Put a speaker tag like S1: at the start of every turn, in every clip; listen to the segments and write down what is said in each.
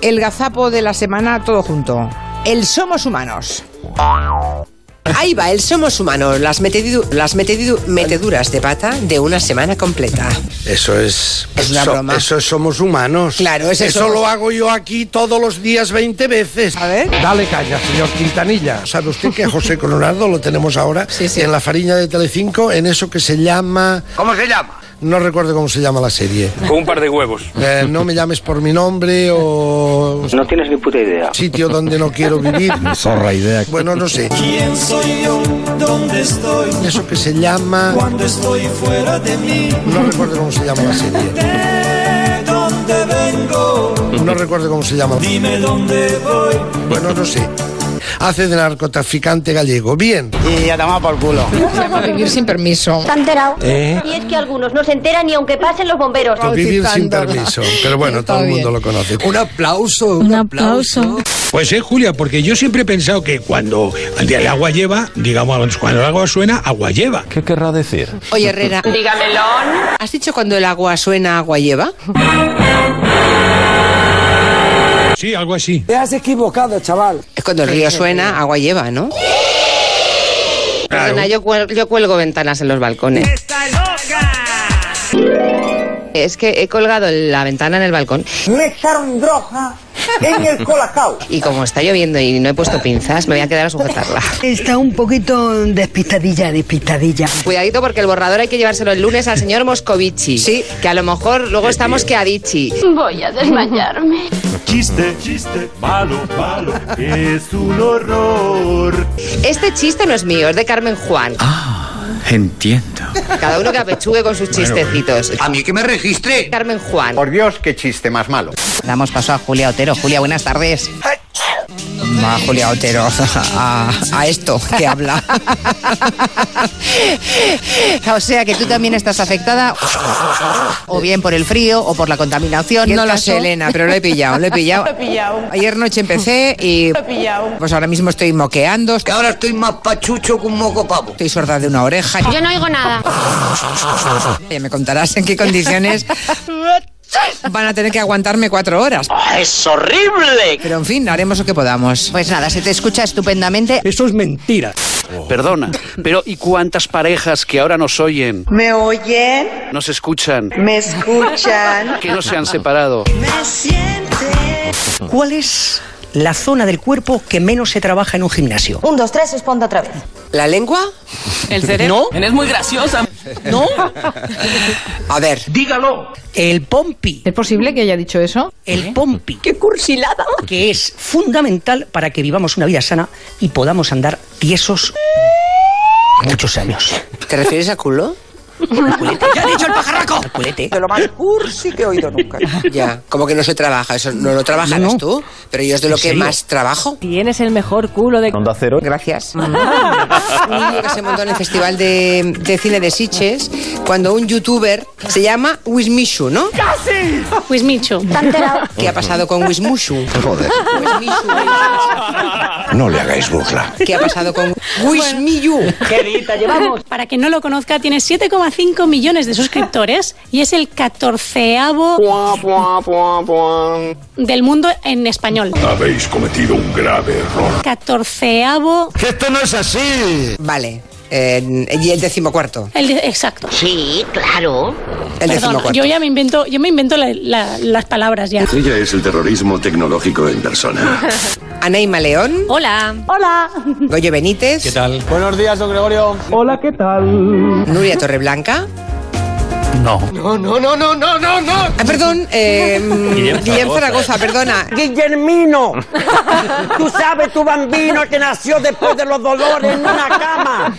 S1: el gazapo de la semana todo junto. El Somos Humanos.
S2: Ahí va, el somos humanos, las, metedidu- las metedidu- meteduras de pata de una semana completa.
S3: Eso es.
S1: Es una
S3: so-
S1: broma.
S3: Eso es somos humanos.
S1: Claro, ese
S3: Eso
S1: somos-
S3: lo hago yo aquí todos los días 20 veces.
S1: A ver.
S3: Dale caña, señor Quintanilla. ¿Sabe usted que a José Colorado lo tenemos ahora
S2: Sí, sí.
S3: en la fariña de Telecinco en eso que se llama.
S4: ¿Cómo se llama?
S3: No recuerdo cómo se llama la serie.
S5: Con un par de huevos.
S3: Eh, no me llames por mi nombre o
S4: No tienes ni puta idea.
S3: sitio donde no quiero vivir.
S6: Zorra idea.
S3: Bueno, no sé.
S7: ¿Quién soy yo? ¿Dónde estoy?
S3: Eso que se llama.
S7: Cuando estoy fuera de mí,
S3: No recuerdo cómo se llama la serie.
S7: ¿de dónde vengo?
S3: No recuerdo cómo se llama.
S7: Dime dónde voy.
S3: Bueno, no sé. Hace de narcotraficante gallego. Bien.
S4: Y ya te por culo.
S1: Se llama Vivir sin permiso.
S8: ¿Está enterado?
S3: ¿Eh?
S8: Y es que algunos no se enteran ni aunque pasen los bomberos.
S3: Vivir sin
S1: citándolo.
S3: permiso. Pero bueno,
S1: Está
S3: todo el
S1: bien.
S3: mundo lo conoce.
S2: Un aplauso.
S9: Un aplauso.
S6: Pues sí, Julia, porque yo siempre he pensado que cuando el agua lleva, digamos, cuando el agua suena, agua lleva.
S10: ¿Qué querrá decir?
S2: Oye, Herrera. Dígamelo. ¿Has dicho cuando el agua suena, agua lleva?
S6: Sí, algo así.
S2: Es cuando el río suena, agua lleva, ¿no? Perdona, yo, cuel- yo cuelgo ventanas en los balcones. Es que he colgado la ventana en el balcón
S7: Me echaron droga en el colacao.
S2: y como está lloviendo y no he puesto pinzas, me voy a quedar a sujetarla.
S9: Está un poquito despistadilla, despistadilla.
S2: Cuidadito porque el borrador hay que llevárselo el lunes al señor Moscovici.
S1: Sí.
S2: Que a lo mejor luego estamos que a Dichi.
S8: Voy a desmayarme.
S7: Chiste, chiste, malo, malo, es un horror.
S2: Este chiste no es mío, es de Carmen Juan.
S10: Entiendo.
S2: Cada uno que apechugue con sus chistecitos.
S4: A mí que me registre.
S2: Carmen Juan.
S4: Por Dios, qué chiste más malo.
S2: Damos paso a Julia Otero. Julia, buenas tardes. Va, Julia Otero, a, a esto que habla. o sea que tú también estás afectada, o bien por el frío, o por la contaminación.
S1: No
S2: El
S1: lo
S2: caso-
S1: sé, Elena, pero lo he pillado, lo he pillado. Ayer noche empecé y pues ahora mismo estoy moqueando,
S4: Que ahora estoy más pachucho que un moco pavo.
S1: estoy sorda de una oreja.
S8: Yo no oigo nada.
S1: Ya me contarás en qué condiciones van a tener que aguantarme cuatro horas.
S4: Ah, ¡Es horrible!
S1: Pero en fin, haremos lo que podamos.
S2: Pues nada, se te escucha estupendamente.
S6: Eso es mentira.
S10: Perdona, pero ¿y cuántas parejas que ahora nos oyen,
S7: ¿Me oyen?
S10: nos escuchan,
S7: ¿Me escuchan?
S10: que no se han separado?
S9: ¿Cuál es la zona del cuerpo que menos se trabaja en un gimnasio?
S8: Un, dos, tres, responda otra vez.
S2: ¿La lengua?
S9: ¿El cerebro?
S10: Eres muy graciosa.
S9: ¿No?
S2: A ver.
S4: Dígalo.
S9: El pompi.
S1: ¿Es posible que haya dicho eso?
S10: ¿Eh?
S9: El pompi. ¡Qué cursilada! Que es fundamental para que vivamos una vida sana y podamos andar tiesos muchos años.
S2: ¿Te refieres a culo?
S9: ¡Ya he dicho el pajarraco! El culete.
S2: lo más cursi que he oído nunca. Ya, como que no se trabaja, eso no lo trabajas
S9: No, no.
S2: tú, pero yo es de lo
S9: ¿En
S2: que
S9: serio?
S2: más trabajo.
S9: Tienes el mejor culo de...
S10: Onda cero.
S2: Gracias. Un
S9: Ah.
S2: niño que se montó en el Festival de, de Cine de Siches cuando un youtuber se llama Wismishu, ¿no?
S8: Pues Micho. ¿Está enterado?
S2: ¿Qué ha pasado con Wismushu?
S3: Joder.
S2: Wismishu.
S3: No le hagáis burla.
S2: ¿Qué ha pasado con Wismiyu?
S8: Para quien no lo conozca, tiene 7,5 millones de suscriptores y es el catorceavo del mundo en español.
S6: Habéis cometido un grave error.
S8: Catorceavo,
S3: ¡Que esto no es así!
S2: Vale. eh, y el decimocuarto.
S8: el de- exacto.
S2: El
S8: Perdón,
S2: decimocuarto.
S8: yo ya me invento, yo me invento la- la- las palabras ya.
S6: Ella es el terrorismo tecnológico en persona.
S2: Anaima León,
S8: Hola. Hola.
S2: Goyo Benítez. ¿Qué tal? Buenos días, don Gregorio. Hola, ¿qué tal? Nuria Torreblanca.
S3: No, no, no, no, no, no, no.
S2: Ah, perdón, eh, mm, Guillem, Zaragoza, perdona.
S7: Guillermino, tú sabes tu bambino que nació después de los dolores en una cama.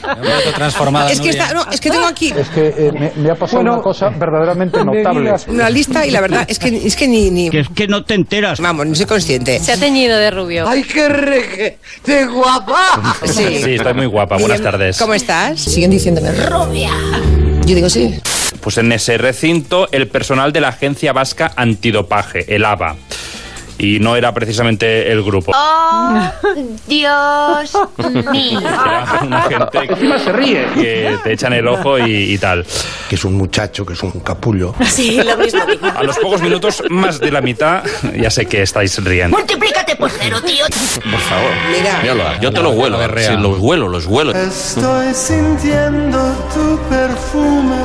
S10: transformada.
S2: Es que, está- no, es que tengo aquí
S6: que me, ha pasado una cosa verdaderamente notable.
S2: una lista y la verdad es que, es que ni, ni-
S10: es que no te enteras.
S2: Vamos, no soy consciente.
S8: Se ha teñido de rubio.
S4: ¡Ay, qué reje! ¡Qué guapa!
S2: Sí.
S10: estoy muy guapa.
S2: Guillem, ¿Cómo estás? Siguen diciéndome rubia. Yo digo sí.
S5: Pues en ese recinto, el personal de la Agencia Vasca Antidopaje, el ABA,
S8: y no era precisamente el grupo.
S11: Dios mío.
S8: Era una gente que, se ríe. que te echan el ojo y, y tal.
S3: Que es un muchacho, que es un capullo.
S11: Sí, lo mismo.
S8: A los pocos minutos, más de la mitad, ya sé que estáis riendo.
S11: Multiplícate por cero, tío.
S8: Por favor.
S12: Mira.
S4: Míralo, yo te lo huelo. Sí, los huelo, los huelo.
S13: Estoy sintiendo tu perfume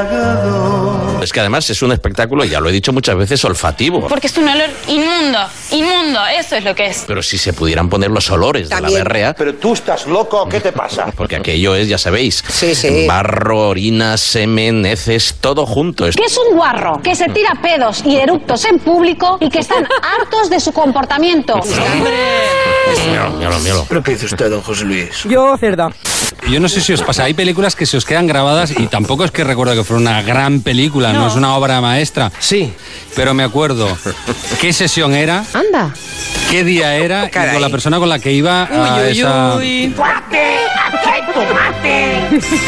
S13: embriagador.
S4: Es que además es un espectáculo, ya lo he dicho muchas veces, olfativo.
S11: Porque es un olor inmundo, inmundo, eso es lo que es.
S4: Pero si se pudieran poner los olores de la
S11: También.
S4: berrea. Pero tú estás loco, ¿qué te pasa? Porque aquello es, ya sabéis,
S11: sí.
S4: barro, orina, semen, heces, todo junto. Es-
S14: Que es un guarro que se tira pedos y eructos en público y que están hartos de su comportamiento.
S4: Míralo, míralo, míralo.
S15: ¿Pero qué dice usted, don José Luis?
S16: Yo, cerda.
S17: Yo no sé si os pasa, hay películas que se os quedan grabadas y tampoco es que recuerdo que fuera una gran película, no,
S16: No.
S17: es una obra maestra. Sí. Pero me acuerdo qué sesión era,
S12: Anda.
S17: qué día era y con la persona con la que iba a esa...
S11: ¡Tomate! ¡Aquí hay tomate!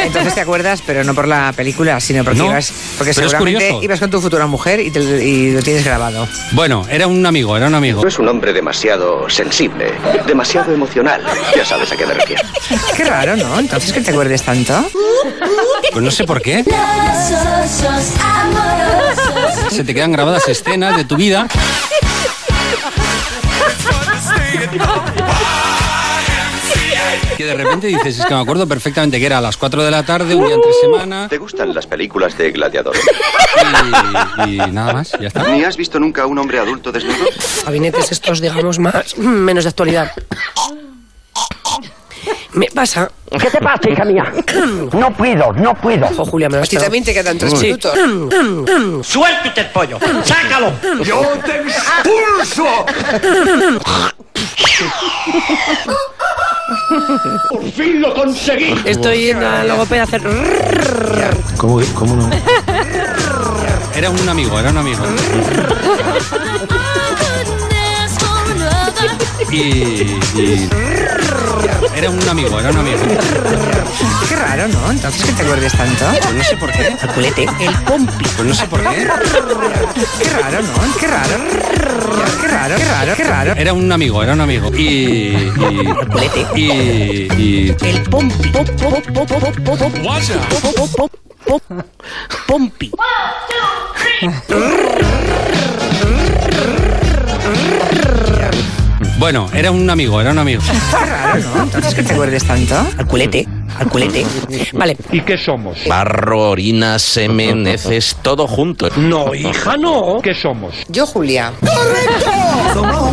S2: Entonces te acuerdas, pero no por la película, sino porque
S17: No,
S2: ibas, porque
S17: pero es
S2: seguramente
S17: curioso.
S2: ibas con tu futura mujer y, te- y lo tienes grabado.
S17: Bueno, era un amigo, era un amigo.
S18: Es un hombre demasiado sensible, demasiado emocional. Ya sabes a qué me refiero.
S2: Qué raro, ¿no? Entonces que te acuerdes tanto.
S17: Pues no sé por qué.
S11: Los osos amorosos.
S17: Se te quedan grabadas escenas de tu vida. Que de repente dices, es que me acuerdo perfectamente que era a las 4 de la tarde, un día entre semana.
S18: ¿Te gustan las películas de gladiadores?
S17: Y, y nada más, ya está.
S18: ¿Ni has visto nunca a un hombre adulto desnudo?
S19: gabinetes estos, digamos, más menos de actualidad. Me pasa.
S20: ¿Qué te pasa, hija mía? No puedo, no puedo.
S19: Ojo, Julia, me lo has Mm. pegado. Sí.
S20: Suéltate el pollo. Sácalo.
S21: ¡Yo te expulso!
S20: Por fin lo conseguí.
S19: Estoy yendo a logopeda a hacer.
S17: ¿Cómo, cómo no? Era un amigo, era un amigo. Y, y- Era un amigo, era un amigo.
S2: Qué raro, ¿no? Entonces que te acuerdes tanto.
S17: Pues no sé por qué. El
S2: culete. El pompi.
S17: Pues no sé por qué.
S2: Qué raro, ¿no? Qué raro. Qué raro, qué raro, qué raro.
S17: Era un amigo, era un amigo. Y. y Y. y-
S22: El pompi. Pop, pop, pop, pop, pop, pop. Pop, pop, pop, pop. Pompi.
S17: Bueno, era un amigo, era un amigo.
S2: Qué raro, ¿no? Entonces que te acuerdes tanto.
S22: Al culete. Al culete. Vale.
S4: ¿Y qué somos? Barro, orina, semen, heces, todo junto. No, hija, no. ¿Qué somos?
S12: Yo, Julia.
S11: ¡Correcto!